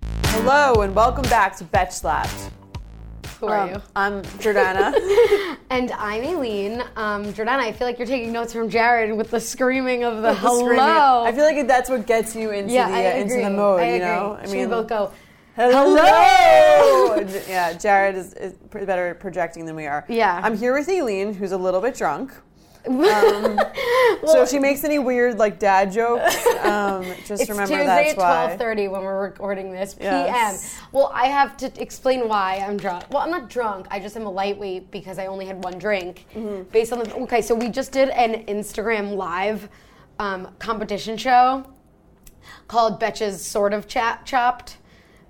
Hello and welcome back to Betch Slapped. Who are Um, you? I'm Jordana. And I'm Aileen. Um, Jordana, I feel like you're taking notes from Jared with the screaming of the The hello. screaming. I feel like that's what gets you into yeah, the I uh, into agree. the mode. I you agree. know, Should we both go? hello. J- yeah, Jared is, is pr- better at projecting than we are. Yeah. I'm here with Eileen, who's a little bit drunk. Well, so if she makes any weird like dad jokes, um, just it's remember Tuesday that's at why. 12:30 when we're recording this Yes. p.m. Well, I have to explain why I'm drunk. Well, I'm not drunk. I just am a lightweight because I only had one drink. Mm-hmm. Based on the okay, so we just did an Instagram live um, competition show called Betches Sort of Chap Chopped.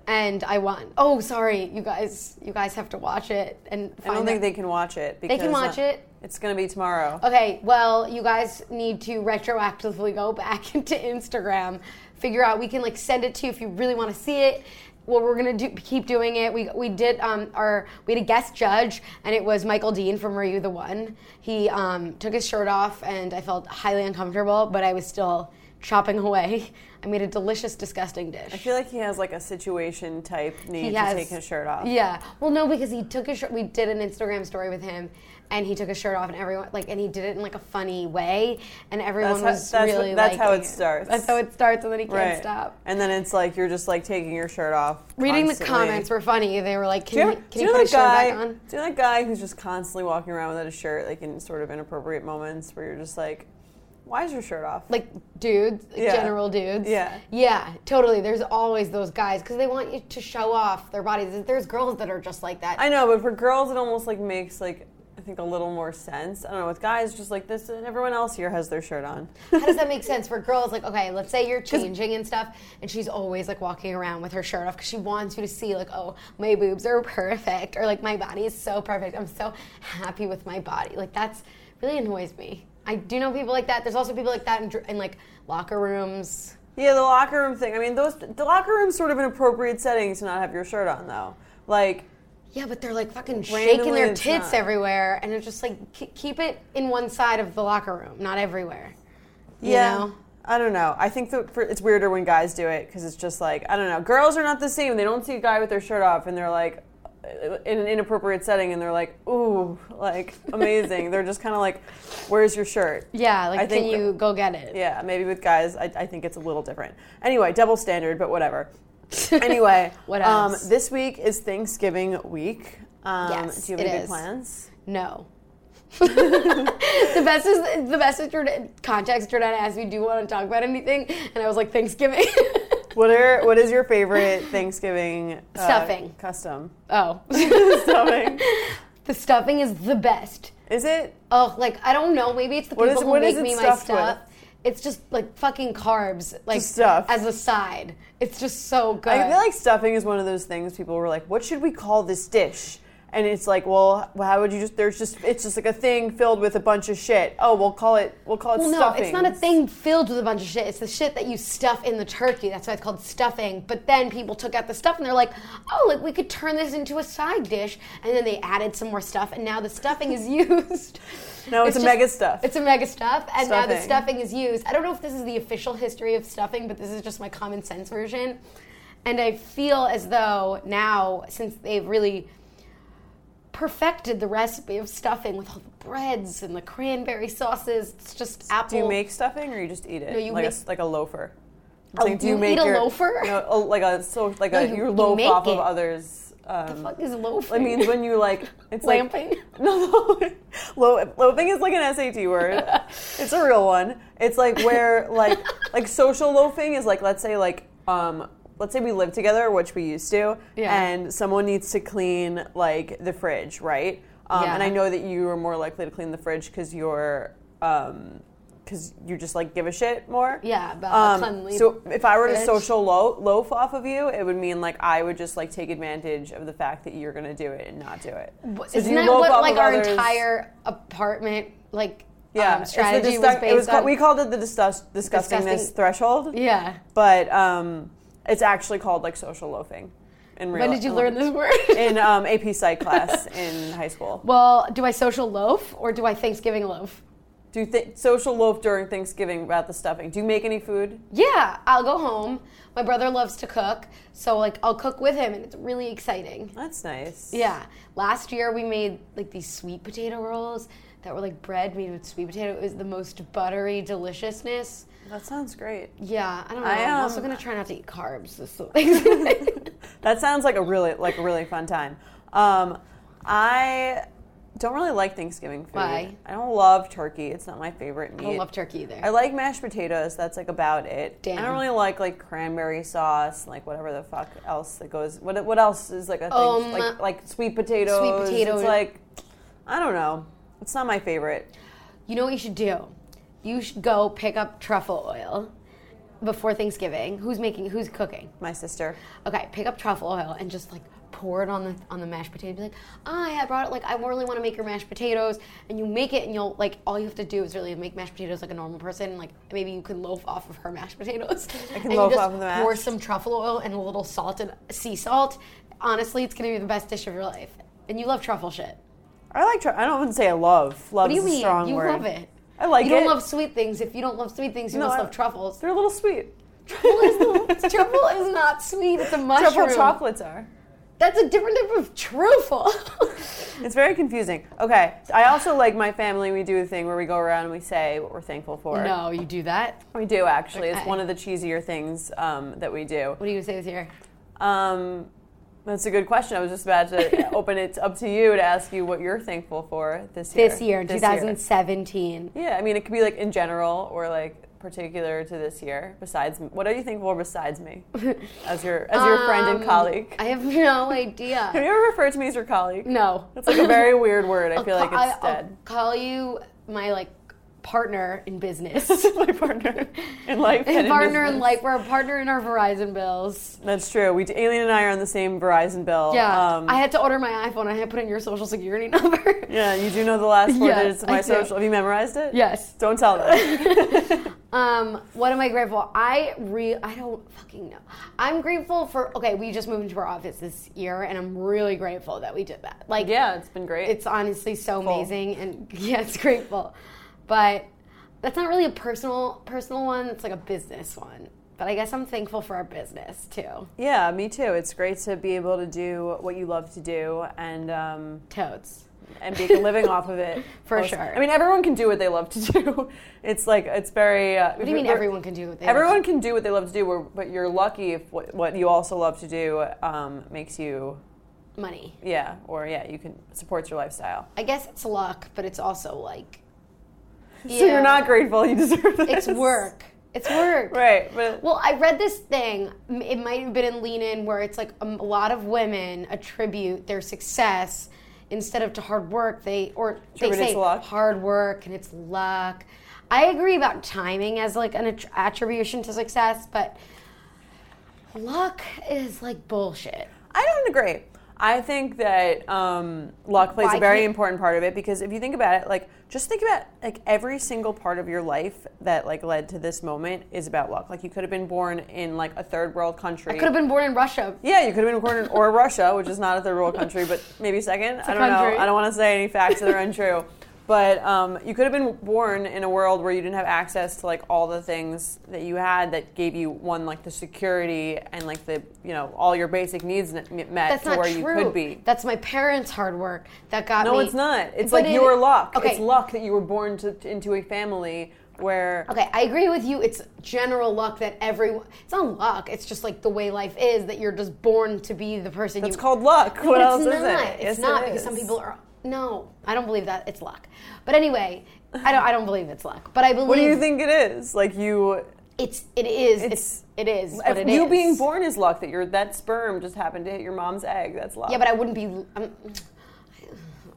And I won. Oh, sorry, you guys. You guys have to watch it and. Find I don't out. think they can watch it. Because, can watch uh, it. Oh. It's gonna be tomorrow. Okay, well, you guys need to retroactively go back into Instagram, figure out we can like send it to you if you really want to see it. Well, we're gonna do keep doing it. We we did um our we had a guest judge and it was Michael Dean from Were You the One. He um took his shirt off and I felt highly uncomfortable, but I was still chopping away. I made a delicious, disgusting dish. I feel like he has like a situation type need to take his shirt off. Yeah. Well, no, because he took his shirt. We did an Instagram story with him, and he took his shirt off, and everyone like, and he did it in like a funny way, and everyone how- was that's- really that's how liking it starts. That's how it starts, and then he can't stop. And then it's like you're just like taking your shirt off. Reading the constantly. comments were funny. They were like, Do you, "Can you, do can you you know put that his shirt guy? back on?" Do you know that guy who's just constantly walking around without a shirt, like in sort of inappropriate moments where you're just like, "Why is your shirt off?" Like dudes, like, Yeah. general dudes. Yeah. Yeah, totally. There's always those guys because they want you to show off their bodies. There's girls that are just like that. I know, but for girls, it almost like makes like I think a little more sense. I don't know with guys, just like this, and everyone else here has their shirt on. How does that make sense for girls? Like, okay, let's say you're changing and stuff, and she's always like walking around with her shirt off because she wants you to see, like, oh, my boobs are perfect, or like my body is so perfect. I'm so happy with my body. Like, that's really annoys me. I do know people like that. There's also people like that in, dr- in like locker rooms. Yeah, the locker room thing. I mean, those the locker room's sort of an appropriate setting to not have your shirt on, though. Like, Yeah, but they're like fucking shaking Randomly, their it's tits not. everywhere, and it's just like k- keep it in one side of the locker room, not everywhere. You yeah. know? I don't know. I think that for, it's weirder when guys do it because it's just like I don't know. Girls are not the same. They don't see a guy with their shirt off and they're like uh, in an inappropriate setting and they're like, ooh, like amazing. they're just kind of like, where's your shirt? Yeah, like I can think- you go get it? Yeah, maybe with guys, I, I think it's a little different. Anyway, double standard, but whatever. Anyway, What Um, else? this week is Thanksgiving week. Um, Yes, do you have it any big is. plans? No. the best is the best is Jordan, context. Jordan asked me, "Do you want to talk about anything?" And I was like, "Thanksgiving." What are what is your favorite Thanksgiving uh, Stuffing. custom? oh, Stuffing. the stuffing is the best. Is it? Oh, like I don't know. Maybe it's the What people is- who what make is it me my stuffed stuff. It's just like fucking carbs, like Just stuff. as a side. It's just so good. I feel like stuffing is one of those things people were like, "What should we call this dish?" And it's like, "Well, how would you just? There's just it's just like a thing filled with a bunch of shit. Oh, we'll call it we'll call it well, no, stuffing. it's not a thing filled with a bunch of shit. It's the shit that you stuff in the turkey. That's why it's called stuffing. But then people took out the stuff and they're like, oh, like we could turn this into a side dish. And then they added some more stuff, and now the stuffing is used. No, it's a mega stuff. It's a mega stuff, and now the Stuffing. stuffing is used. I don't know if this is the official history of stuffing, but this is just my common sense version. And I feel as though now, since they've really perfected the recipe of stuffing with all the breads and the cranberry sauces, it's just apple. Do you make stuffing or you just eat it? No, you like a make- s like a loafer. It's Oh, like, you eat a loafer? No, a- oh, like a so like No, a you- you, you loaf make off of it. others. Um, fuck is loafing? It means when you like it's Lamping? like no, no lo- loafing is like an SAT word. it's a real one. It's like where like like social loafing is like let's say like um let's say we live together, which we used to, Yeah. and someone needs to clean like the fridge, right? Um, And Yeah. I know that you are more likely to clean the fridge because you're um, because you just like give a shit more. Yeah, about Um, a cleanly. so if I were to fridge. social lo- loaf off of you, it would mean like I would just like take advantage of the fact that you're gonna do it and not do it. So do isn't you that loaf what off like of our others? entire apartment like yeah um, it's the strategy was disgu- based it was on? ca- we called it the disgust- disgustingness Disgusting- threshold, yeah. but um, it's actually called like social loafing. In real When did you learn this word? In um, AP Psych class in high school. well, do I social loaf or do I Thanksgiving loaf? Do you think social loaf during Thanksgiving about the stuffing? Do you make any food? Yeah, I'll go home. My brother loves to cook, so like I'll cook with him, and it's really exciting. That's nice. Yeah. Last year we made like these sweet potato rolls that were like bread made with sweet potato. It was the most buttery deliciousness. That sounds great. Yeah, I don't know. I, I, am um, also gonna try not to eat carbs this week. That sounds like a really like a really fun time. Um, I don't really like Thanksgiving food. Why? I don't love turkey. It's not my favorite meat. I don't love turkey either. I like mashed potatoes. That's like about it. I Damn. don't really like like cranberry sauce, and, like whatever the fuck else that goes. What what else is like a thing? Um, like like sweet potatoes. potato. It's like I don't know. It's not my favorite. You know what you should do? You should go pick up truffle oil before Thanksgiving. Who's making? Who's cooking? My sister. Okay, pick up truffle oil and just like pour it on the on the mashed potato. Be like, "Ah, I I brought it. Like I really want to make your mashed potatoes, and you make it, and you'll like all you have to do is really make mashed potatoes like a normal person. and, Like maybe you can loaf off of her mashed potatoes. I can loaf off of the Pour mashed. some truffle oil and a little salt and sea salt. Honestly, it's gonna be the best dish of your life. And you love truffle shit. I like. Tr- I don't even say I love. Love What do you is a mean? strong you word. love it. I like You don't it. love sweet things. If you don't love sweet things, you No, must I- love truffles. They're a little sweet. Truffle is, the, truffle is not sweet. It's a mushroom. Truffle chocolates are. That's a different type of truffle. It's very confusing. Okay, I also like my family. We do a thing where we go around and we say what we're thankful for. no, you do that. we do actually. It's Okay. one of the cheesier things um, that we do. What are you gonna say this year? Um, that's a good question. I was just about to open it up to you to ask you what you're thankful for this year. This year, 2017. Yeah, I mean, it could be like in general or like particular to this year. Besides, what are you thankful for besides me, as your as your friend and Um, colleague? I have no Have idea. you ever referred to me as your colleague? no. It's like a very weird word. I feel like I'll- it's I'll dead. call you my like partner in business. my partner in life. and And in partner in business. life. We're a partner in our Verizon bills. That's true. We Alien and I are on the same Verizon bill. Yeah. Um, I had to order my iPhone. I had to put in your social security number. yeah. You do know the last four Yeah, digits of I my do. social. Have you memorized it? yes. Don't tell them. Um, what am I grateful? I re I don't fucking know. I'm grateful for okay, we just moved into our office this year and I'm really grateful that we did that. Like yeah, it's been great. it's honestly so amazing and yeah, it's grateful. But that's not really a personal personal one, it's like a business one. But I guess I'm thankful for our business too. yeah, me too. It's great to be able to do what you love to do and um, Totes. and make a living off of it. For Also- sure. I mean, everyone can do what they love to do. It's like it's very. Uh, What do you mean everyone can do what they Everyone can do what they love to do, we're- but you're lucky if what, what you also love to do um, makes you, want? money? yeah, or yeah, you can supports your lifestyle. I guess it's luck, but it's also like So you're not grateful. You deserve this. it's work. It's work. Right, but Well, I read this thing. m- It might have been in Lean In, where it's like um, a lot of women attribute their success instead of to hard work. They or Attribute it they say to luck. hard work and it's luck. I agree about timing as like an att- attribution to success, but luck is like bullshit. I don't agree. I think that um, luck plays Why a very can't- important part of it because if you think about it, like just think about like every single part of your life that like led to this moment is about luck. Like you could have been born in like a third world country. Could have been born in Russia. Yeah, you could have been born in or Russia, which is not a third world country, but maybe second. I I don't country. know. I don't want to say any facts that are untrue. But um, you could have been born in a world where you didn't have access to like all the things that you had that gave you one like the security and like the you know all your basic needs n- met That's to not where true. you could be. That's my parents' hard work that got No, me. it's not. It's But like it- your luck. Okay. It's luck that you were born to, into a family where Okay, I agree with you. It's general luck that everyone. It's not luck. It's just like the way life is that you're just born to be the person it's you. called luck. what But else it's is not. it? It's Yes, it not because is. some people are. No, I don't believe that. It's luck. But anyway, I don't. I don't believe it's luck. But I believe What do you think it is? Like you it's. It is. It's. It's- It is. What it you is. being born is luck that your that sperm just happened to hit your mom's egg. That's luck. Yeah, but I wouldn't be. I'm,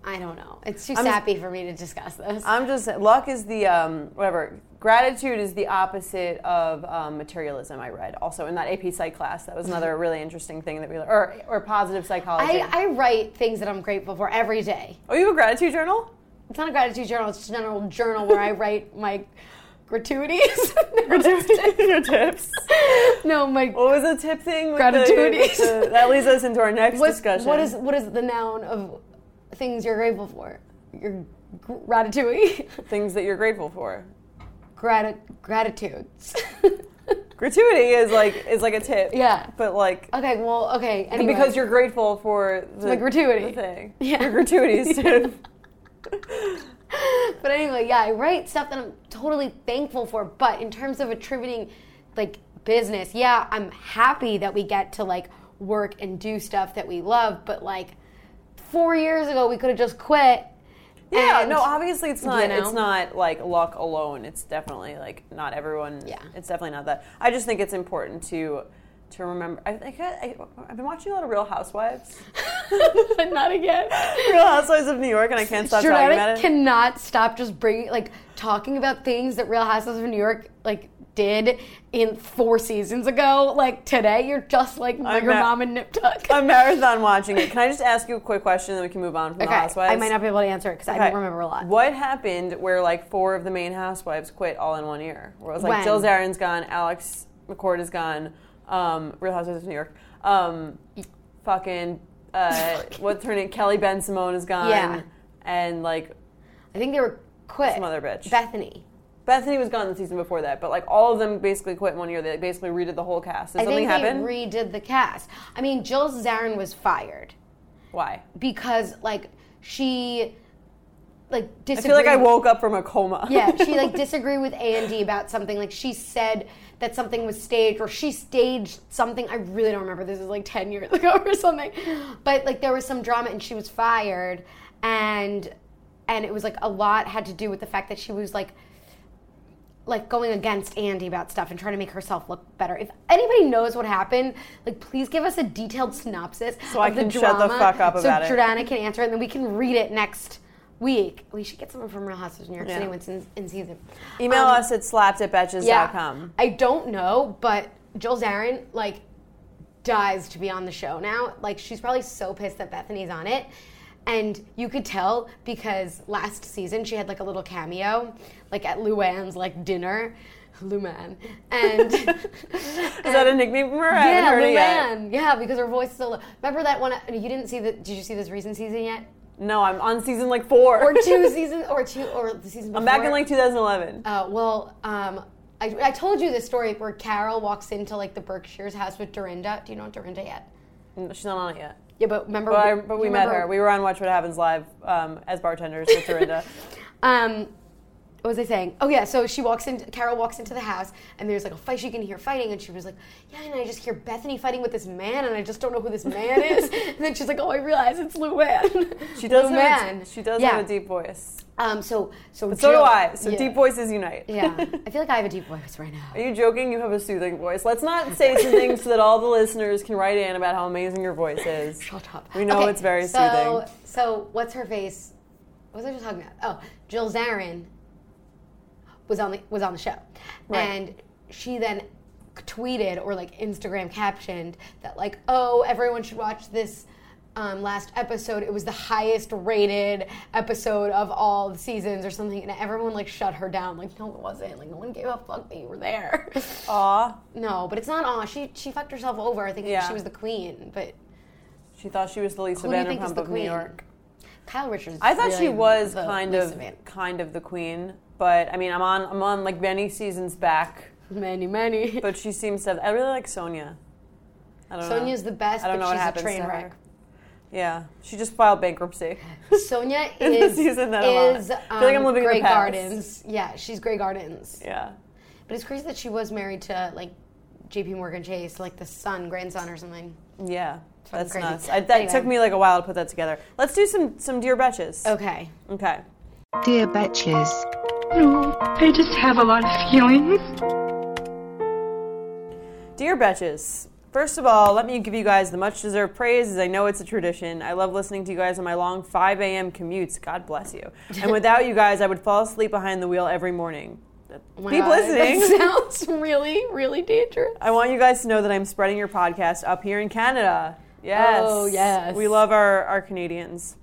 I don't know. It's too sappy for me to discuss this. I'm just luck is the um, whatever. Gratitude is the opposite of um, materialism. I read also in that AP Psych class. That was another really interesting thing that we learned, or or positive psychology. I, I write things that I'm grateful for every day. oh, you have a gratitude journal? It's not a gratitude journal. It's just a general journal where I write my gratuities. Your tips. no, my What was the tip thing? with the- Gratitudes. the- that leads us into our next what's- discussion. What is what is the noun of things you're grateful for? You're Gr- Ratatouille. Things that you're grateful for. Grati- gratitudes. Gratuity is like is like a tip. yeah. But like Okay. Well. Okay. Anyway. because you're grateful for the, Like gratuity. the thing. Yeah. Your gratuities. dude. but anyway, yeah, I write stuff that I'm totally thankful for. But in terms of attributing, like business, yeah, I'm happy that we get to like work and do stuff that we love. But like four years ago, we could have just quit. yeah, and- no, obviously it's not you know? it's not like luck alone. It's definitely like not everyone Yeah. it's definitely not that. I just think it's important to to remember I think I, I, have been watching a lot of Real Housewives. but not again. Real Housewives of New York and I can't stop talking Jordan about it. cannot stop just bringing like talking about things that Real Houses of New York like did in four seasons ago. Like today, you're just like I'm your not- mom and Nip Tuck. I'm marathon watching it. Can I just ask you a quick question then we can move on from the okay, housewives? I might not be able to answer it because I Okay. don't remember a lot. What happened where like four of the main housewives quit all in one year? Where it was like When? Jill Zarin's gone, Alex McCord is gone, um, Real Housewives of New York, um, fucking uh, what's her name? Kelly Ben Simone is gone, Yeah. and like I think they were quit. some other bitch. Bethany. Bethany was gone the season before that, but like all of them basically quit in one year. They like, basically redid the whole cast. Did I something think happen? they redid the cast. I mean, Jill Zarin was fired Why? because like she like I disagreed. feel like I woke up from a coma. yeah, she like disagreed with A and D about something. Like she said that something was staged, or she staged something. I really don't remember. This is like ten years ago or something. But like there was some drama, and she was fired, and and it was like a lot had to do with the fact that she was like like going against Andy about stuff and trying to make herself look better. If anybody knows what happened, like please give us a detailed synopsis So of I can the shut drama the fuck up about it. so Jordana can answer it, and then we can read it next week. We should get someone from Real Housewives of New York Yeah. City when it's in, in season. Email Um, us at slappedbatches.com. Yeah, I don't know, but Jill Zarin like dies to be on the show now. Like she's probably so pissed that Bethany's on it. And you could tell because last season she had like a little cameo, like at Luann's like dinner, Luann, and Is that a nickname from her? I haven't yeah, heard it yet. Luann. Yeah, because her voice is so low. Remember that one? You didn't see the? Did you see this recent season yet? No, I'm on season like four. Or two seasons? Or two? Or the season? Before? I'm back in like 2011. Uh, well, um, I, I told you this story where Carol walks into like the Berkshire's house with Dorinda. Do you know Dorinda yet? Mm, She's not on it yet. Yeah, but remember. But, I, but we you met remember- her. We were on Watch What Happens Live um, as bartenders with Dorinda. Um, what was I saying? Oh yeah, so she walks in. Carol walks into the house, and there's like a fight. She can hear fighting, and she was like, "Yeah," and I just hear Bethany fighting with this man, and I just don't know who this man is. and then she's like, "Oh, I realize it's Luann." She does, have a, Luann. she does Oh, yeah. have a deep voice. Um, so so But so do Jill- I. So yeah. deep voices unite. yeah, I feel like I have a deep voice right now. Are you joking? You have a soothing voice. Let's not say some things so that all the listeners can write in about how amazing your voice is. Shut up. We know it's very so, So what's her face? What was I just talking about? Oh, Jill Zarin was on the was on the show, Right. and she then tweeted or like Instagram captioned that like, oh, everyone should watch this. Um, last episode, it was the highest rated episode of all the seasons, or something, and everyone like shut her down. Like, no, it wasn't. Like, no one gave a fuck that you were there. Aw. no, but it's not. Aw, she she fucked herself over thinking Yeah. she was the queen, but She thought she was the Lisa Who do you think is Vanderpump the of New queen? York. Kyle Richards. I thought she really was the kind least of it. kind of the queen, but I mean, I'm on I'm on like many seasons back. many, many. But she seems to. Have, I really like Sonia. I don't Sonia's know. the best, I don't but know what she's happens a train to wreck. Her. Yeah, she just filed bankruptcy. Sonia In the is season that I'm on. is I um, feel like I'm living in the Grey past. Gardens. Yeah, she's Grey Gardens. Yeah, But it's crazy that she was married to like J.P. Morgan Chase, like the son, grandson, or something. yeah, that's crazy. nuts. I, that Anyway. took me like a while to put that together. Let's do some some dear betches. Okay. Okay. Dear Betches, No, I just have a lot of feelings. Dear Betches, first of all, let me give you guys the much deserved praise as I know it's a tradition. I love listening to you guys on my long 5 a.m. commutes. God bless you. And without you guys, I would fall asleep behind the wheel every morning. Oh my Keep God, listening. That sounds really, really dangerous. I want you guys to know that I'm spreading your podcast up here in Canada. Yes. Oh, yes. We love our, our Canadians.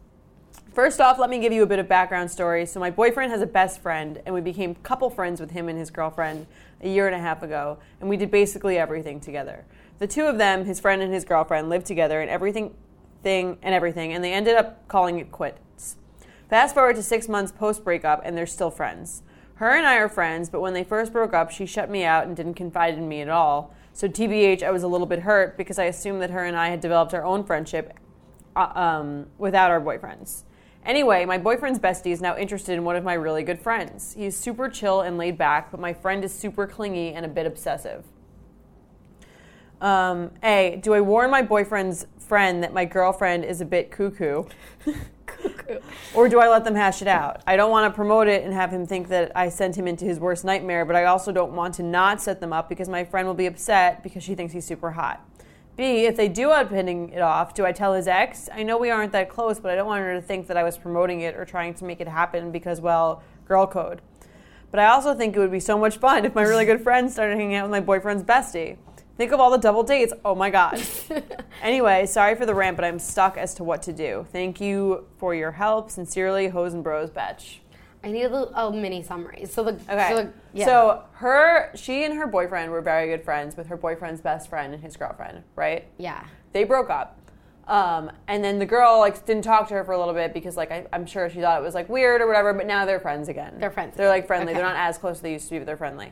First off, let me give you a bit of background story. So, my boyfriend has a best friend, and we became couple friends with him and his girlfriend a year and a half ago, and we did basically everything together. The two of them, his friend and his girlfriend, lived together and everything, thing, and everything, and they ended up calling it quits. Fast forward to six months post breakup, and they're still friends. Her and I are friends, but when they first broke up, she shut me out and didn't confide in me at all. So, TBH, I was a little bit hurt because I assumed that her and I had developed our own friendship uh, um, without our boyfriends. Anyway, my boyfriend's bestie is now interested in one of my really good friends. He's super chill and laid back, but my friend is super clingy and a bit obsessive. Um, a, do I warn my boyfriend's friend that my girlfriend is a bit cuckoo? Or do I let them hash it out? I don't want to promote it and have him think that I sent him into his worst nightmare, but I also don't want to not set them up because my friend will be upset because she thinks he's super hot. B, if they do end up hitting it off, do I tell his ex? I know we aren't that close, but I don't want her to think that I was promoting it or trying to make it happen because, well, girl code. But I also think it would be so much fun if my really good friend started hanging out with my boyfriend's bestie. Think of all the double dates. Oh my God. anyway, sorry for the rant, but I'm stuck as to what to do. Thank you for your help. Sincerely, Hoes and Bros, Betch. I need a little oh, mini summary. So the Okay. so, the, yeah. So her, she and her boyfriend were very good friends with her boyfriend's best friend and his girlfriend, right? yeah. They broke up. Um, and then the girl like didn't talk to her for a little bit because like I, I'm sure she thought it was like weird or whatever. But now they're friends again. They're friends They're like again. friendly. They're Okay. not as close as they used to be, but they're friendly.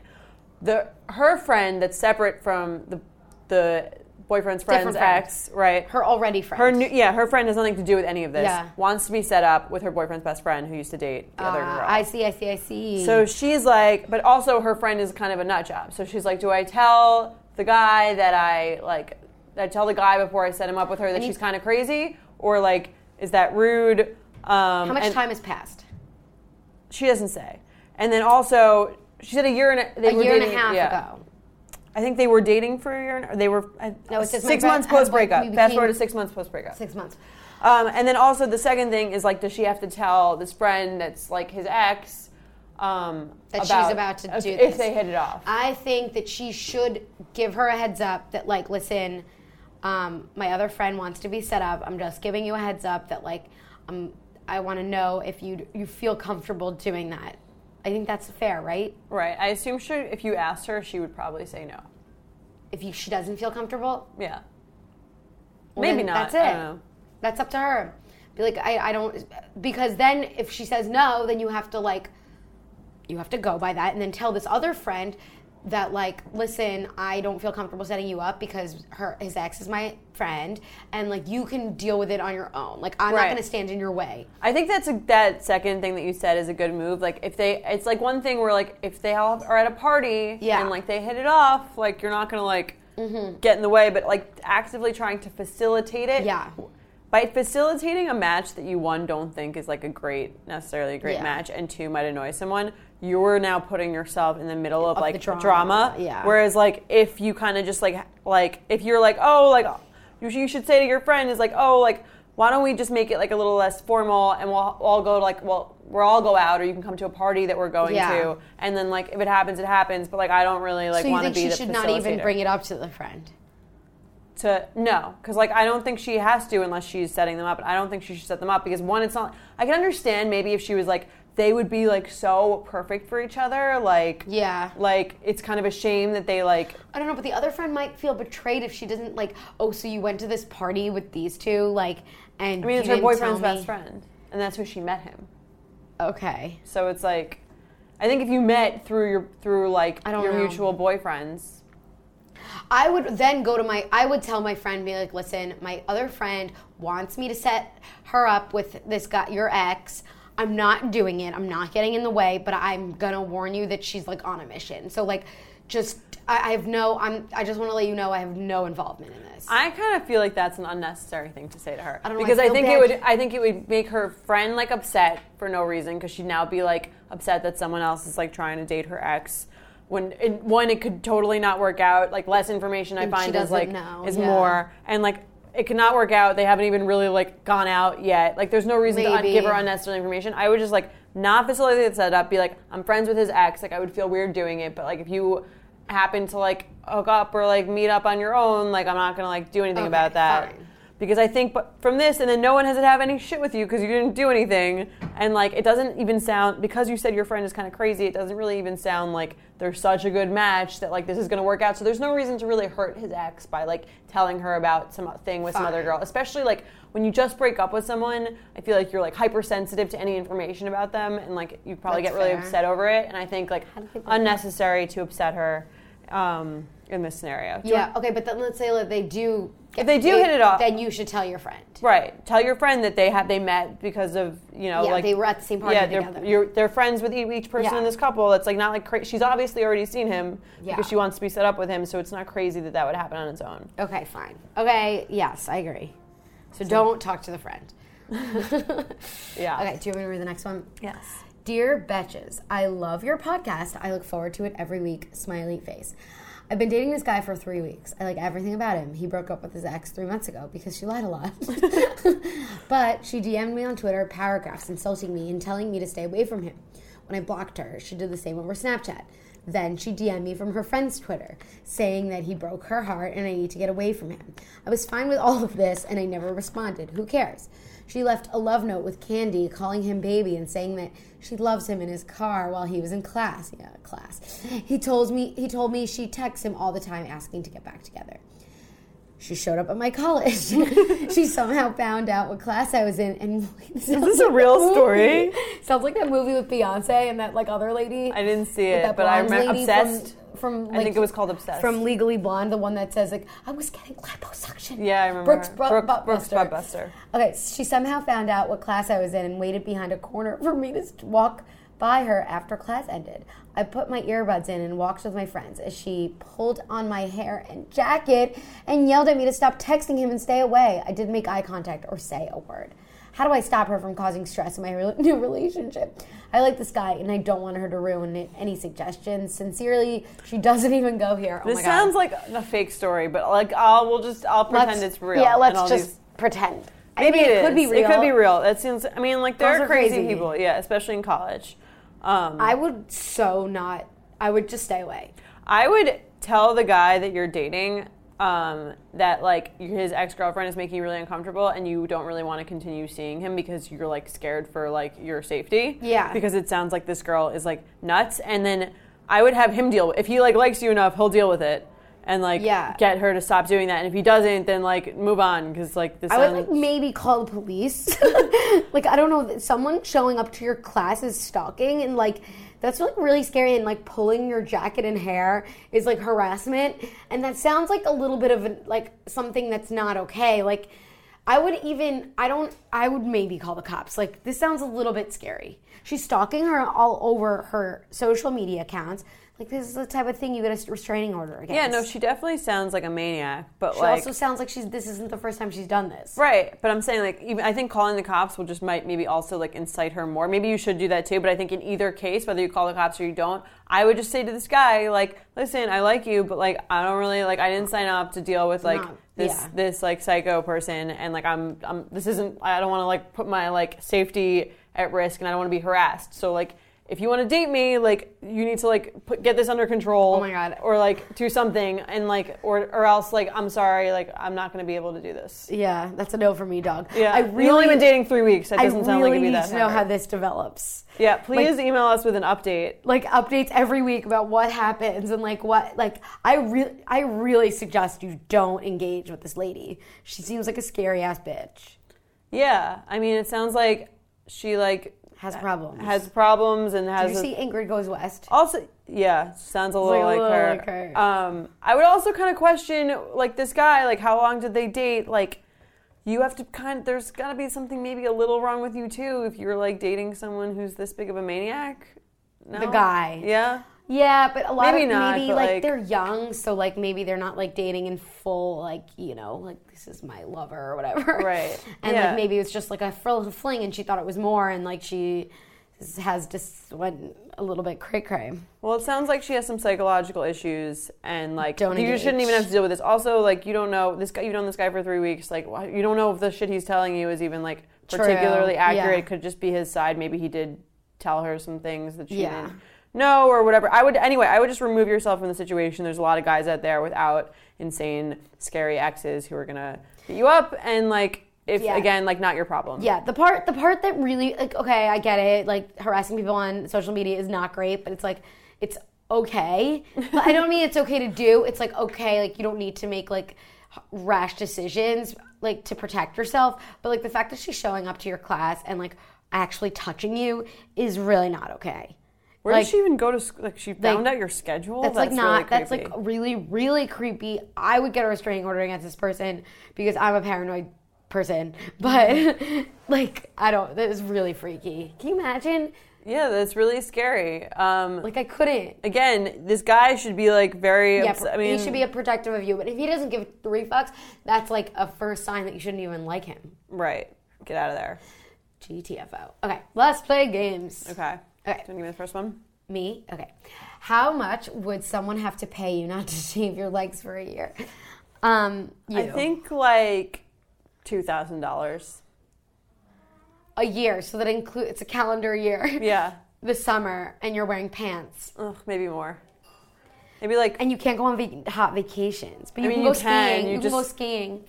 The her friend that's separate from the the boyfriend's friend's Different friend. ex, right? Her already friend. Her new, yeah, her friend has nothing to do with any of this. Yeah. Wants to be set up with her boyfriend's best friend who used to date the other Ah, girl. I see, I see, I see. So she's like, but also her friend is kind of a nut job. So she's like, do I tell the guy that I like, that I tell the guy before I set him up with her that you- she's kind of crazy, or like, is that rude? Um, how much and time has passed? She doesn't say. And then also, she said a year and a, they A were year and a dating- half yeah. ago. I think they were dating for a year. And, or they were I, No, it says my six friend- months uh, like, post breakup. we Fast became- forward to six months post breakup. Six months. Um, and then also the second thing is like, does she have to tell this friend that's like his ex um, That she's about to if, do if this. they hit it off? I think that she should give her a heads up that like, listen, um, my other friend wants to be set up. I'm just giving you a heads up that like, um, I want to know if you you feel comfortable doing that. I think that's fair, right? Right. I assume she, if you asked her, she would probably say no. If you, she doesn't feel comfortable, Yeah. Well, Maybe then not. Um, That's it. I don't know. That's up to her. Be like, I, I don't, because then if she says no, then you have to like, you have to go by that, and then tell this other friend that like, listen, I don't feel comfortable setting you up because her his ex is my friend, and like you can deal with it on your own. Like I'm Right. not gonna stand in your way. I think that's a, that second thing that you said is a good move. Like if they, it's like one thing where like if they all are at a party Yeah. Mm-hmm. and like they hit it off, like you're not gonna like get in the way, but like actively trying to facilitate it. Yeah. By facilitating a match that you one don't think is like a great necessarily a great Yeah. match, and two might annoy someone, you're now putting yourself in the middle of, Of like the drama, yeah. Whereas like if you kind of just like like if you're like oh like you sh- you should say to your friend is like oh like why don't we just make it like a little less formal and we'll all go to like well we'll all go out or you can come to a party that we're going Yeah. to and then like if it happens it happens but like I don't really like so you want to think be she the should not even facilitator. bring it up to the friend? to no because like i don't think she has to unless she's setting them up and i don't think she should set them up because one it's not i can understand maybe if she was like they would be like so perfect for each other like Yeah. like it's kind of a shame that they like I don't know, but the other friend might feel betrayed if she doesn't like. Oh, so you went to this party with these two, like, and i mean you it's her didn't tell boyfriend's me. best friend and that's who she met him Okay. so it's like i think if you met through your through like I don't your know. mutual boyfriends I would then go to my. I would tell my friend, be like, "Listen, my other friend wants me to set her up with this guy, your ex. I'm not doing it. I'm not getting in the way, but I'm gonna warn you that she's like on a mission. So like, just I, I have no. I'm. I just want to let you know I have no involvement in this. I kind of feel like that's an unnecessary thing to say to her I don't know, I because I, feel think it bad. would I think it would make her friend like upset for no reason because she'd now be like upset that someone else is like trying to date her ex when it, one it could totally not work out like less information I And she find is doesn't like know, is yeah. more and like it could not work out they haven't even really like gone out yet like there's no reason to un- Maybe. give her unnecessary information I would just like not facilitate the setup be like I'm friends with his ex like I would feel weird doing it but like if you happen to like hook up or like meet up on your own like I'm not gonna like do anything anything Okay, about that fine. because I think but from this and then no one has to have any shit with you because you didn't do anything and like it doesn't even sound because you said your friend is kind of crazy it doesn't really even sound like they're such a good match that like this is going to work out so there's no reason to really hurt his ex by like telling her about some thing with some other girl especially like when you just break up with someone I feel like you're like hypersensitive to any information about them and like you probably That's get really fair. upset over it and I think like unnecessary to upset her um, in this scenario Do you Yeah. Okay, but then let's say that they do. If they do hit it off- then you should tell your friend. Right. Tell your friend that they have they met because of you know Yeah, like they were at the same party yeah, together. they're you're, they're friends with e- each person Yeah. in this couple. That's like not like cra- she's obviously already seen him Yeah. because she wants to be set up with him. So it's not crazy that that would happen on its own. Okay, fine. Okay, yes, I agree. So don't talk to the friend. Yeah. Okay, do you want me to read the next one? Yes. Dear Betches, I love your podcast. I look forward to it every week. Smiley face. I've been dating this guy for three weeks. I like everything about him. He broke up with his ex three months ago because she lied a lot. but she DM'd me on Twitter paragraphs insulting me and telling me to stay away from him. When I blocked her, she did the same over Snapchat. Then she DM'd me from her friend's Twitter saying that he broke her heart and I need to get away from him. I was fine with all of this and I never responded. Who cares? She left a love note with Candy, calling him baby and saying that she loves him in his car while he was in class. Yeah, class. He told me he told me she texts him all the time asking to get back together. She showed up at my college. she somehow found out what class I was in and Is this a real story? Sounds like that movie with Beyonce and that like other lady. I didn't see With it, that but I blonde remember lady from- obsessed. From, I think it was called Obsessed. From Legally Blonde, the one that says like I was getting liposuction. Yeah, I remember Brooks, her. Bro- Brooke- Buttbuster. Brooks Buttbuster. Okay, she somehow found out what class I was in and waited behind a corner for me to walk by her after class ended. I put my earbuds in and walked with my friends as she pulled on my hair and jacket and yelled at me to stop texting him and stay away. I didn't make eye contact or say a word. How do I stop her from causing stress in my re- new relationship? I like this guy and I don't want her to ruin it. Any suggestions? Sincerely, she doesn't even go here. Oh this my God. sounds like a fake story, but like I'll we'll just I'll Let's- pretend it's real. Yeah, and let's all just these- pretend. Maybe I mean, it, could be is. real. It could be real. That seems. I mean, like there Girls are are crazy, crazy. people. Yeah, especially in college. Um, I would so not. I would just stay away. I would tell the guy that you're dating um, that like his ex girlfriend is making you really uncomfortable, and you don't really want to continue seeing him because you're like scared for like your safety. Yeah. Because it sounds like this girl is like nuts, and then I would have him deal. If he like likes you enough, he'll deal with it, and like Yeah. get her to stop doing that. And if he doesn't, then like move on because like this. I would sounds- like maybe call the police. like I don't know, that someone showing up to your class is stalking and like that's like really scary and like pulling your jacket and hair is like harassment and that sounds like a little bit of an, like something that's not okay. Like I would even I don't I would maybe call the cops. Like this sounds a little bit scary. She's stalking her all over her social media accounts. Like this is the type of thing you get a restraining order against. yeah, no, she definitely sounds like a maniac, but She like also sounds like she's. This isn't the first time she's done this. Right, but I'm saying like even I think calling the cops will just might maybe also like incite her more. Maybe you should do that too, but I think in either case, whether you call the cops or you don't, I would just say to this guy like, "Listen, I like you, but like I don't really like I didn't sign up to deal with like No, this yeah. this like psycho person and like I'm I'm this isn't I don't want to like put my like safety at risk and I don't want to be harassed." So like if you want to date me, like you need to like put, get this under control. Oh my God. Or like do something and like or or else like I'm sorry, like I'm not going to be able to do this. Yeah, that's a no for me, dog. Yeah, I we only been dating three weeks. That I doesn't sound like really it'd be need that to know hard. how this develops. Yeah, please Like- email us with an update. Like updates every week about what happens and like what like I really I really suggest you don't engage with this lady. She seems like a scary ass bitch. Yeah, I mean, it sounds like she like Has problems. Uh, has problems and Did has you a- see Ingrid Goes West? also yeah sounds a little like a like, little her. like her. Um, I would also kind of question like this guy, like how long did they date? Like you have to kind there's got to be something maybe a little wrong with you too if you're like dating someone who's this big of a maniac. No? The guy. Yeah. Yeah, but a lot Maybe of not, maybe but, like, like- they're young, so like maybe they're not like dating in full like you know like this is my lover or whatever. Right. And Yeah. like maybe it's just like a frill fling, and she thought it was more, and like she has just went a little bit cray cray. Well, it sounds like she has some psychological issues, and like Don't you shouldn't even engage. have to deal with this. Also, like you don't know this guy. You've known this guy for three weeks. Like why- you don't know if the shit he's telling you is even like True. particularly accurate. Yeah. It could just be his side. Maybe he did tell her some things that she Yeah. didn't no or whatever. I would anyway. I would just remove yourself from the situation. There's a lot of guys out there without insane, scary exes who are gonna beat you up and like if Yeah. again like not your problem. Yeah, the part the part that really like okay, I get it. Like harassing people on social media is not great, but it's like it's okay. But I don't mean it's okay to do. It's like okay, like you don't need to make like h- rash decisions like to protect yourself, but like the fact that she's showing up to your class and like actually touching you is really not okay. Where Like- did she even go to school? Like she found out your schedule. That's, like not. really that's like creepy. really, really creepy. I would get a restraining order against this person because I'm a paranoid person. But like, I don't. That is really freaky. Can you imagine? yeah, that's really scary. Um, Like, I couldn't. again, this guy should be like very. Yeah, upset. I mean, he should be a protective of you. But if he doesn't give three fucks, that's like a first sign that you shouldn't even like him. right. Get out of there. GTFO. Okay, let's play games. Okay. Okay. Do you want to give me the first one? Me? Okay. How much would someone have to pay you not to shave your legs for a year? Um, you. I think like two thousand dollars. a year, so that include it's a calendar year. Yeah. the summer and you're wearing pants Ugh, maybe more. Maybe like and you can't go on vac- hot vacations, but you mean, can go you can, skiing. You, you can go just- skiing.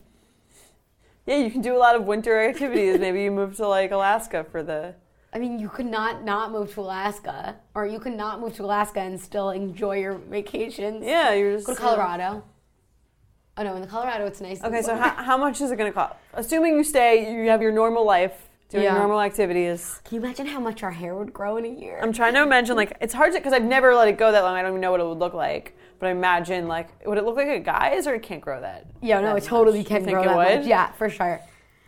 yeah, you can do a lot of winter activities. maybe you move to like Alaska for the I mean, you could not not move to Alaska, or you could not move to Alaska and still enjoy your vacations. yeah. You're just Go to Colorado. Oh no, in the Colorado it's nice. Okay, so how, how much is it going to cost? Assuming you stay, you have your normal life, doing Yeah. normal activities. can you imagine how much our hair would grow in a year? I'm trying to imagine like it's hard because I've never let it go that long. I don't even know what it would look like. But I imagine like would it look like a guy's or it can't grow that? yeah, that no, it much? totally You can think grow it that would? much. Yeah, for sure.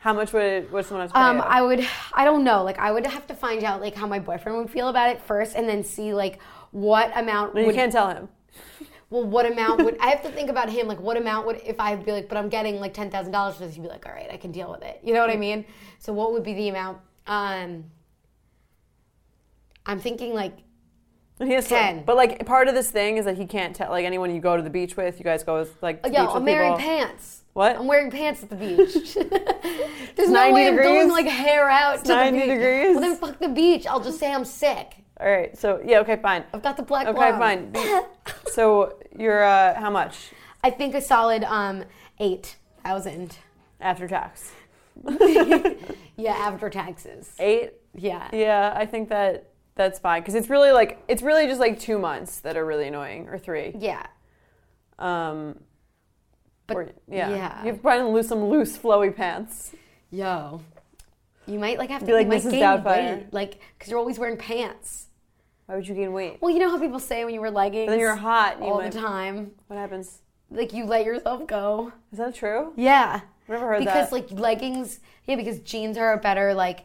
How much would it, would someone have to pay? Um, you? I would, I don't know. Like, I would have to find out like how my boyfriend would feel about it first, and then see like what amount. you would can't tell him. well, what amount would I have to think about him? Like, what amount would if I'd be like, but I'm getting like ten thousand dollars for this? He'd be like, all right, I can deal with it. You know what I mean? So, what would be the amount? Um, I'm thinking like And he has to- Ten. but like part of this thing is that he can't tell like anyone you go to the beach with. You guys go with like to the Yo, beach I'm with wearing people. pants. What? I'm wearing pants at the beach. There's no 90 way I'm going degrees. like hair out to the 90 beach. degrees. Well, then fuck the beach. I'll just say I'm sick. All right, so yeah, okay, fine. I've got the black. Okay, lung. fine. so you're uh, how much I think a solid um eight thousand. after tax? Yeah, after taxes. Eight. Yeah. Yeah, I think that that's fine because it's really like it's really just like two months that are really annoying or three. Yeah. Um, But or, yeah. yeah. you probably lose some loose flowy pants. Yo, you might like have to Be like you might Mrs. gain Doubtfire. weight, like because you're always wearing pants. Why would you gain weight? Well, you know how people say when you wear leggings, Then you're hot. You all might- the time, What happens? like you let yourself go. Is that true? Yeah, Never heard that. because like leggings, yeah, because jeans are a better like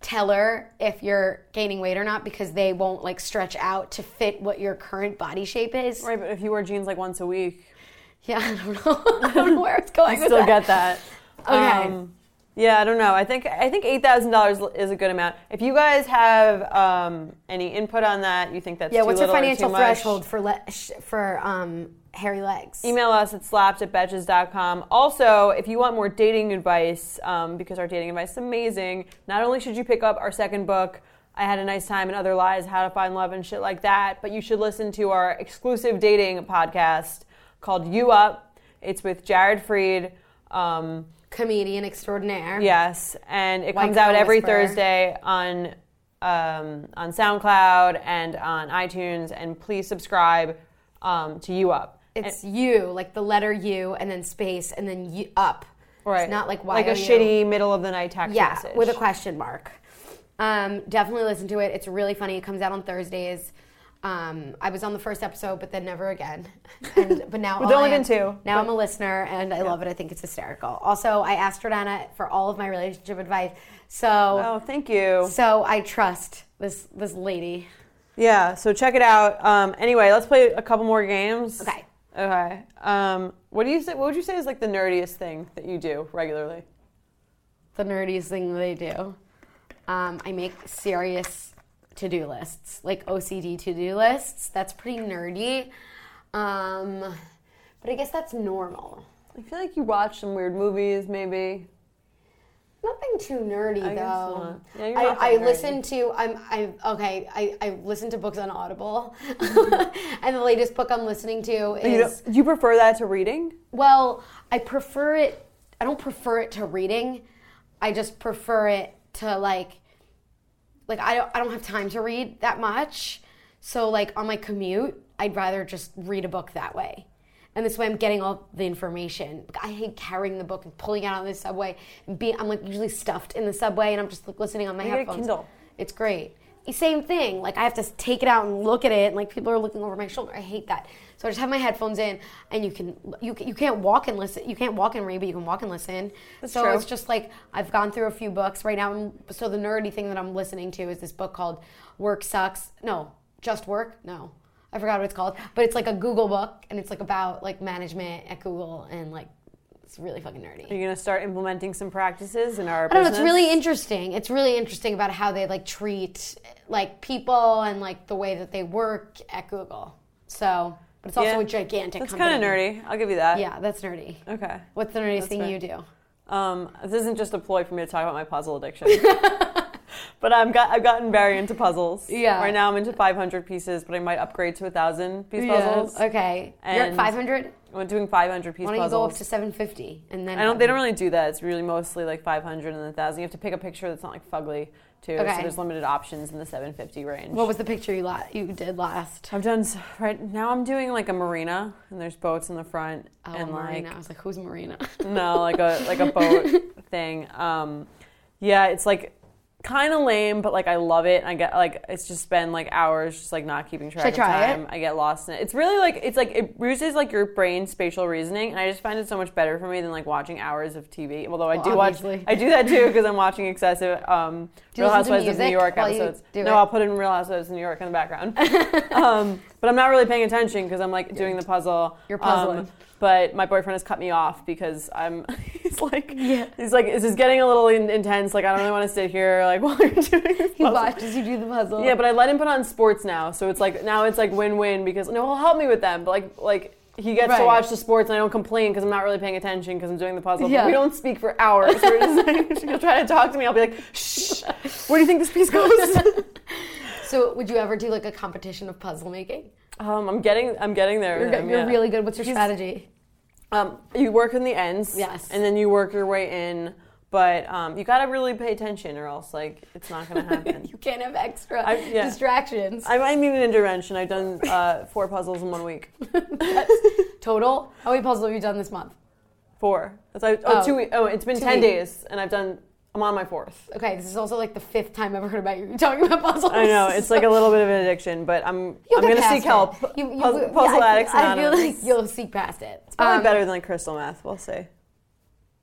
teller if you're gaining weight or not because they won't like stretch out to fit what your current body shape is. right, but if you wear jeans like once a week, Yeah, I don't know. I don't know where it's going. I with still get that. Um, Okay. yeah, I don't know. I think I think eight thousand dollars is a good amount. If you guys have um, any input on that, you think that's Yeah, too what's your little or too financial much, threshold for le- sh- for um hairy legs? email us at slapped at betches.com. Also, if you want more dating advice, um, because our dating advice is amazing, not only should you pick up our second book, I Had a Nice Time and Other Lies, How to Find Love and shit like that, but you should listen to our exclusive dating podcast called You Up. It's with Jared Freed. Um, Comedian extraordinaire. Yes, and it White comes out Collar every Whisperer. Thursday on um, on SoundCloud and on iTunes. And please subscribe um, to You Up. It's you, like the letter U, and then space, and then you up. It's not like why like a are you? shitty middle of the night text Yeah, message with a question mark. Um, definitely listen to it. It's really funny. It comes out on Thursdays. Um, I was on the first episode, but then never again. And, but now We've all only I am- been two, Now I'm a listener, and I love it. I think it's hysterical. Also, I asked Jordana for all of my relationship advice, so Oh, thank you. so I trust this this lady. Yeah, so check it out. Um, anyway, let's play a couple more games. Okay. Okay. Um, what do you say? What would you say is like the nerdiest thing that you do regularly? the nerdiest thing they do. Um, I make serious to do lists, like OCD to do lists. That's pretty nerdy. Um, but I guess that's normal. I feel like you watch some weird movies, maybe. Nothing too nerdy I guess though. not. Yeah, you're not that I, I nerdy. listen to I'm I okay I I listen to books on Audible, and the latest book I'm listening to Mm-hmm. You, is don't- you prefer that to reading? well I prefer it I don't prefer it to reading, I just prefer it to like like I don't I don't have time to read that much, so like on my commute I'd rather just read a book that way. And this way, I'm getting all the information. Like, I hate carrying the book and pulling it out on the subway. And being, I'm like usually stuffed in the subway, and I'm just like listening on my get a headphones. Kindle. It's great. Same thing. Like I have to take it out and look at it, and like people are looking over my shoulder. I hate that. So I just have my headphones in, and you can you can, you can't walk and listen. You can't walk and read, but you can walk and listen. so true. it's just like I've gone through a few books right now. I'm, so the nerdy thing that I'm listening to is this book called Work Sucks. No, Just Work. No, I forgot what it's called. But it's like a Google book, and it's like about like management at Google, and like it's really fucking nerdy. You're going to start implementing some practices in our I don't know. It's business? really interesting. It's really interesting about how they like treat like people and like the way that they work at Google. So, but it's also Yeah. a gigantic. That's company. kind of nerdy. I'll give you that. Yeah, that's nerdy. Okay. What's the nerdiest thing fair. you do? Um, this isn't just a ploy for me to talk about my puzzle addiction. but I'm got, I've gotten very into puzzles. Yeah. Right now I'm into 500 pieces, but I might upgrade to a 1,000 piece puzzles. Okay. You're at And- 500. I'm doing 500 piece Why don't you puzzles. go up to 750 and then? I don't. They don't really do that. It's really mostly like 500 and then 1,000. You have to pick a picture that's not like fugly too. Okay. So there's limited options in the 750 range. What was the picture you la- you did last? I've done s- right now. I'm doing like a marina, and there's boats in the front, Oh, and Marina. like I was like, who's Marina? no, like a like a boat thing. Um, yeah, it's like kind of lame, but like I love it. I get like it's just been like hours, just like not keeping track I of try it? time. I get lost in it. It's really like it's like it bruises like your brain spatial reasoning, and I just find it so much better for me than like watching hours of TV. Although I Well, do obviously. watch, I do that too because I'm watching excessive um, Do Real you listen to Housewives of New music York while you episodes. do no, it? I'll put in Real Housewives of New York in the background. um, but I'm not really paying attention because I'm like doing the puzzle. Um, You're puzzling. but my boyfriend has cut me off because I'm. He's like, he's like, this is getting a little in- intense. Like, I don't really want to sit here like while you're doing this. he puzzle." watches you do the puzzle. Yeah, but I let him put on sports now, so it's like now it's like win-win because no, he'll help me with them, but like like. He gets Right. to watch the sports, and I don't complain because I'm not really paying attention because I'm doing the puzzle. Yeah. But we don't speak for hours. We're just like, he'll try to talk to me. I'll be like, "Shh, where do you think this piece goes?" So, would you ever do like a competition of puzzle making? um, I'm getting, I'm getting there. You're, with go- him, you're yeah. really good. What's your strategy? Um, you work in the ends, Yes. and then you work your way in, but um, you gotta really pay attention, or else like it's not gonna happen. You can't have extra I- yeah. distractions. I, I need an intervention. I've done uh, four puzzles in one week. Total? How many puzzles have you done this month? Four. That's like, oh, Oh. two we- oh, it's been Two ten weeks. days, and I've done. I'm on my fourth. Okay, this is also like the fifth time I've heard about you talking about puzzles. I know it's like a little bit of an addiction, but I'm You'll I'm get gonna past seek it. help. You- you- puzzle yeah, puzzle I- addicts I feel Anonymous. like you'll seek past it. Probably Um, better than like crystal meth. We'll see.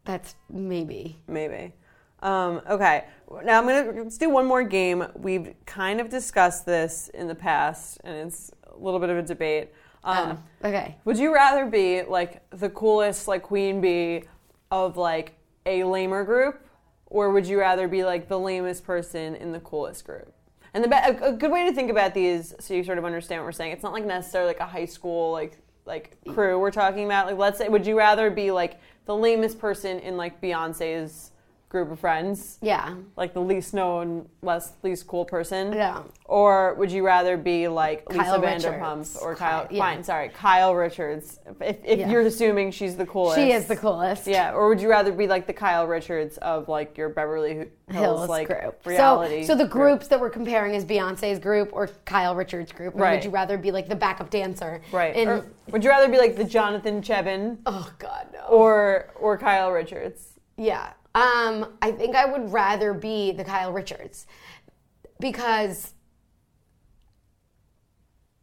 That's maybe. Maybe. Um, okay. Now I'm gonna let's do one more game. We've kind of discussed this in the past, and it's a little bit of a debate. Um, Oh, okay. Would you rather be like the coolest like queen bee of like a lamer group, or would you rather be like the lamest person in the coolest group? And the be- a, a good way to think about these, so you sort of understand what we're saying. It's not like necessarily like a high school like like crew we're talking about. Like let's say, would you rather be like the lamest person in like Beyonce's group of friends, Yeah. like the least known, less least cool person? Yeah. Or would you rather be like Kyle Lisa Vanderpump Richards. or Kyle? Ki- yeah. Fine, sorry, Kyle Richards. If, if Yeah. you're assuming she's the coolest, She is the coolest. Yeah, or would you rather be like the Kyle Richards of like your Beverly Hills, Hills like group. reality? So, so the groups that we're comparing is Beyonce's group or Kyle Richards' group. And Would Right. you rather be like the backup dancer? right? in- or would you rather be like the Jonathan Chevin oh God, no. or or Kyle Richards? Yeah. Um, I think I would rather be the Kyle Richards because,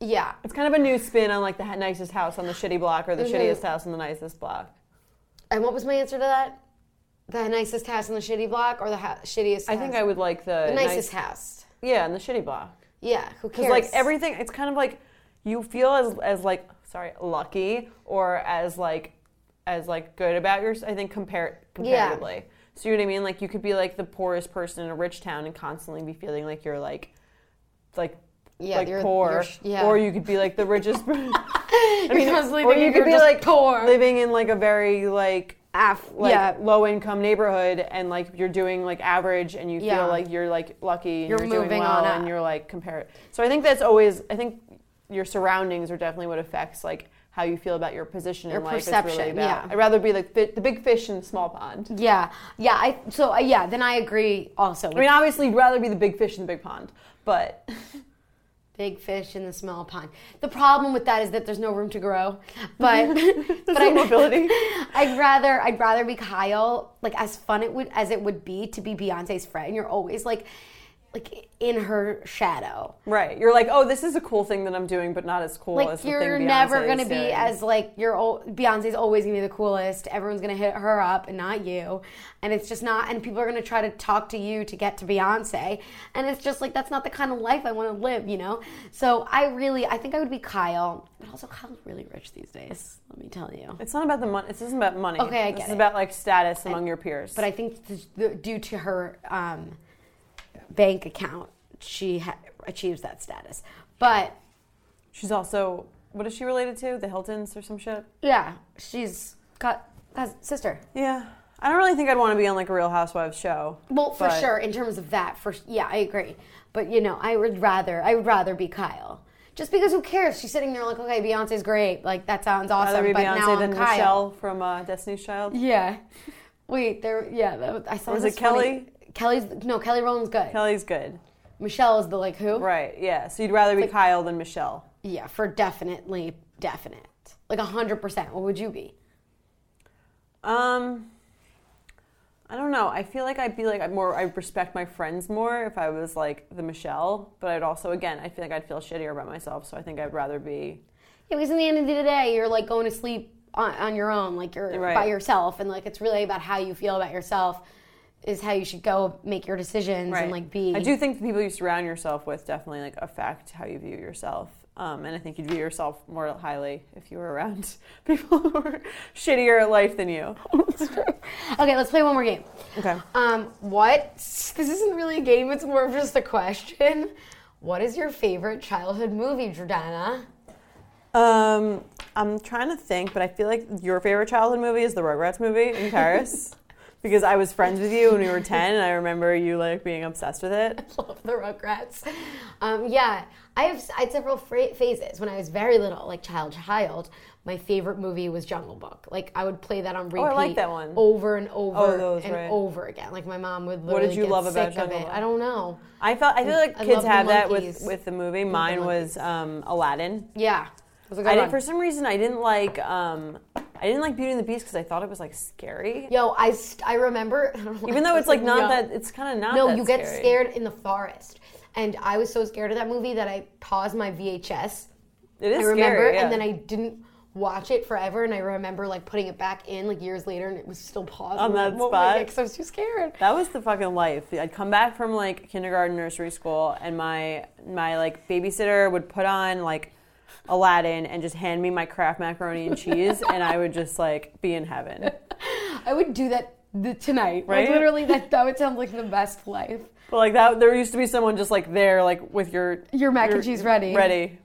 yeah, It's kind of a new spin on like the ha- nicest house on the shitty block or the Mm-hmm. shittiest house on the nicest block. And what was my answer to that? The nicest house in the shitty block or the ha- shittiest I think I would like the, The nice- nicest house. yeah, in the shitty block. Yeah, who cares? Because like everything, it's kind of like you feel as as like sorry lucky or as like as like good about your. I think compare comparatively. So you know what I mean? Like you could be like the poorest person in a rich town and constantly be feeling like you're like like. Yeah, like you're- poor, you're sh- yeah. or you could be like the richest. I mean, constantly or thinking you could you're be just like poor. living in like a very like af- like yeah, low income neighborhood and like you're doing like average and you Yeah. feel like you're like lucky and You're you're, moving doing well on up. and you're like compare it. So I think that's always I think your surroundings are definitely what affects like how you feel about your position Your in life. It's perception, really about. yeah. I'd rather be like fi- the big fish in the small pond. yeah, yeah. I so uh, yeah. Then I agree also. I mean, obviously, you'd rather be the big fish in the big pond, but Big fish in the small pond. The problem with that is that there's no room to grow. But but I no mobility. I'd rather I'd rather be Kyle. Like as fun it would as it would be to be Beyonce's friend. You're always like like in her shadow. right, you're like, oh, this is a cool thing that I'm doing, but not as cool Like as the you're thing never Beyonce gonna is be doing. as like you're al- Beyonce's always gonna be the coolest. Everyone's gonna hit her up and not you. And it's just not. And people are gonna try to talk to you to get to Beyonce. And it's just like that's not the kind of life I want to live. You know. So I really I think I would be Kyle. But also Kyle's really rich these days. Let me tell you. It's not about the money. This isn't about money. Okay, I This get is it. about like status among your peers. But I think th- th- due to her um, bank account, she ha- achieves that status. But she's also what is she related to? The Hiltons or some shit? yeah, she's got has sister. Yeah. I don't really think I'd want to be on like a Real Housewives show. Well, for But- sure, in terms of that, for yeah, I agree. But you know, I would rather I would rather be Kyle. Just because who cares? She's sitting there like, okay, Beyonce's great. Like that sounds Rather awesome. be but now Beyonce I'm than Kyle. Michelle from uh, Destiny's Child. Yeah. Wait, there. Yeah, that, was- I saw. Was this it Kelly? funny- Kelly's no. Kelly Rowland's good. Kelly's good. Michelle is the like who? Right. Yeah. So you'd rather be Kyle than Michelle. Yeah, for definitely definite. Like 100%. What would you be? Um I don't know. I feel like I'd be like I'd more I'd respect my friends more if I was like the Michelle, but I'd also again, I feel like I'd feel shittier about myself, so I think I'd rather be Yeah, because in the end of the day, you're like going to sleep on, on your own, like you're Right. by yourself. And like it's really about how you feel about yourself is how you should go make your decisions and like be. I do think the people you surround yourself with definitely like affect how you view yourself. Um, and I think you'd view yourself more highly if you were around people who were shittier at life than you. Okay, let's play one more game. Okay. Um, what? This isn't really a game, it's more of just a question. What is your favorite childhood movie, Jordana? Um, I'm trying to think, but I feel like your favorite childhood movie is the Rugrats movie in Paris. Because I was friends with you when we were 10, and I remember you like being obsessed with it. love the Rugrats. Um, yeah, I have I had several fra- phases. When I was very little, like child, child, my favorite movie was Jungle Book. Like I would play that on repeat. Oh, I like that one. Over and over Oh, those, and right. over again. Like my mom would. Literally did you get love about sick of Jungle it. Book? I don't know. I felt I feel like I love kids the have that with, monkeys. with the movie. Mine was um, Aladdin. Yeah, it was a good I one. didn't, for some reason I didn't like um, I didn't like Beauty and the Beast because I thought it was like scary. Yo, I st- I remember. Even though it's like not yo. that it's kind of not. No, that you get scary. scared in the forest. And I was so scared of that movie that I paused my VHS It is I remember, scary, yeah. and then I didn't watch it forever, and I remember like putting it back in like years later, and it was still paused On I'm like, that "What was it?" spot? 'Cause I was too scared. That was the fucking life. I'd come back from like kindergarten, nursery school, and my my like babysitter would put on like Aladdin and just hand me my Kraft macaroni and cheese, and I would just like be in heaven. I would do that the, tonight, Like Right? literally, that that would sound like the best life. But like that, there used to be someone just like there, like with your Your mac and cheese ready. ready.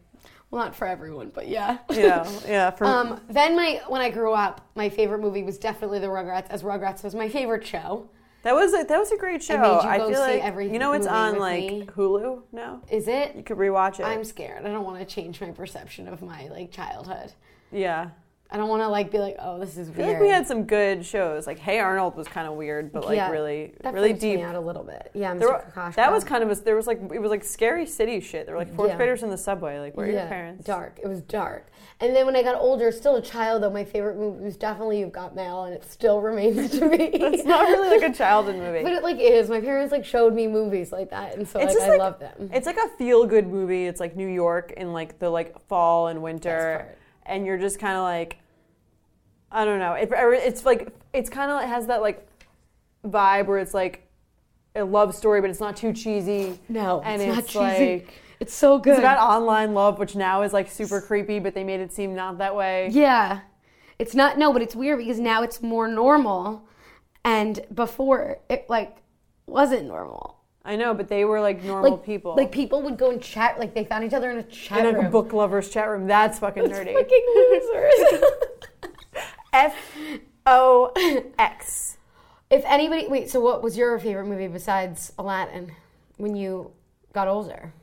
Well, not for everyone, but yeah. Yeah, yeah. For Um, then my when I grew up, my favorite movie was definitely The Rugrats, as Rugrats was my favorite show. that was a, that was a great show. made you I go feel see like every you know it's movie on with like me. Hulu now. Is it? You could rewatch it. I'm scared. I don't want to change my perception of my like childhood. yeah. I don't want to like be like, oh, this is weird. I feel like we had some good shows. Like Hey Arnold was kind of weird, but like Yeah, really, that really freaks me deep. out a little bit. Yeah, Mr. There were- Kokoschka. that was kind of a, there was like it was like scary city shit. There were like fourth Yeah. graders in the subway. Like where are yeah, your parents? dark. It was dark. And then when I got older, still a child though, my favorite movie was definitely You've Got Mail, and it still remains to me. It's not really like a childhood movie. but it like is. My parents like showed me movies like that, and so it's like, just I like love them. it's like a feel good movie. It's like New York in like the like fall and winter, part. and you're just kind of like, I don't know. It, it's like it's kind of it has that like vibe where it's like a love story, but it's not too cheesy. No, and it's, it's, not cheesy. like. it's so good. It's about online love, which now is like super creepy, but they made it seem not that way. yeah, it's not. No, but it's weird because now it's more normal, and before it like wasn't normal. I know, but they were like normal like people. like people would go and chat. Like they found each other in a chat in like room. a book lovers chat room. That's fucking nerdy. Fucking losers. F O X. If anybody, wait. So, what was your favorite movie besides Aladdin when you got older?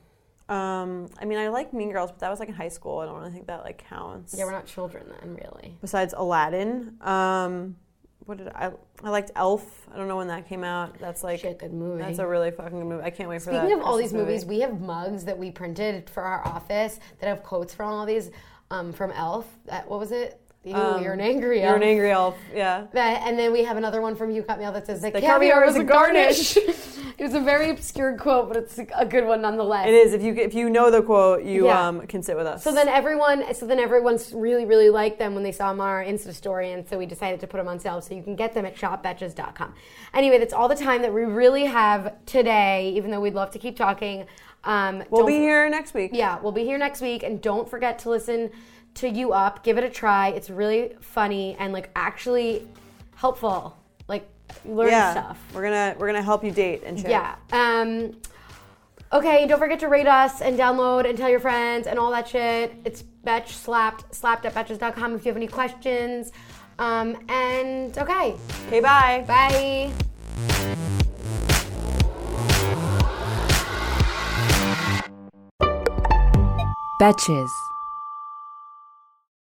Um, I mean, I like Mean Girls, but that was like in high school. I don't really think that like counts. Yeah, we're not children then, really. Besides Aladdin, um, what did I? I liked Elf. I don't know when that came out. That's like Shit, good movie. that's a really fucking good movie. I can't wait for that. Speaking of all Christmas these movies, movie. we have mugs that we printed for our office that have quotes from all these um, from Elf. That, what was it? You, you're an angry elf. Um, You're an angry elf. Yeah. That- and then we have another one from You Cut Me Out that says, The, The caviar, caviar was is a a garnish. it was a very obscure quote, but it's a good one nonetheless. It is. If you if you know the quote, you Yeah. um, can sit with us. So then everyone, so then everyone's really, really liked them when they saw them on our Insta story, and so we decided to put them on sale. So you can get them at shopbetches.com. Anyway, that's all the time that we really have today. Even though we'd love to keep talking, um, we'll don't- be here next week. Yeah, we'll be here next week, and don't forget to listen to you up. Give it a try. It's really funny and like actually helpful. Like learn Yeah. stuff. We're gonna we're gonna help you date and shit. Yeah. Um, okay, and don't forget to rate us and download and tell your friends and all that shit. It's Betch Slapped, slapped at Betches.com if you have any questions. Um, and okay, Okay. Bye. bye. Betches.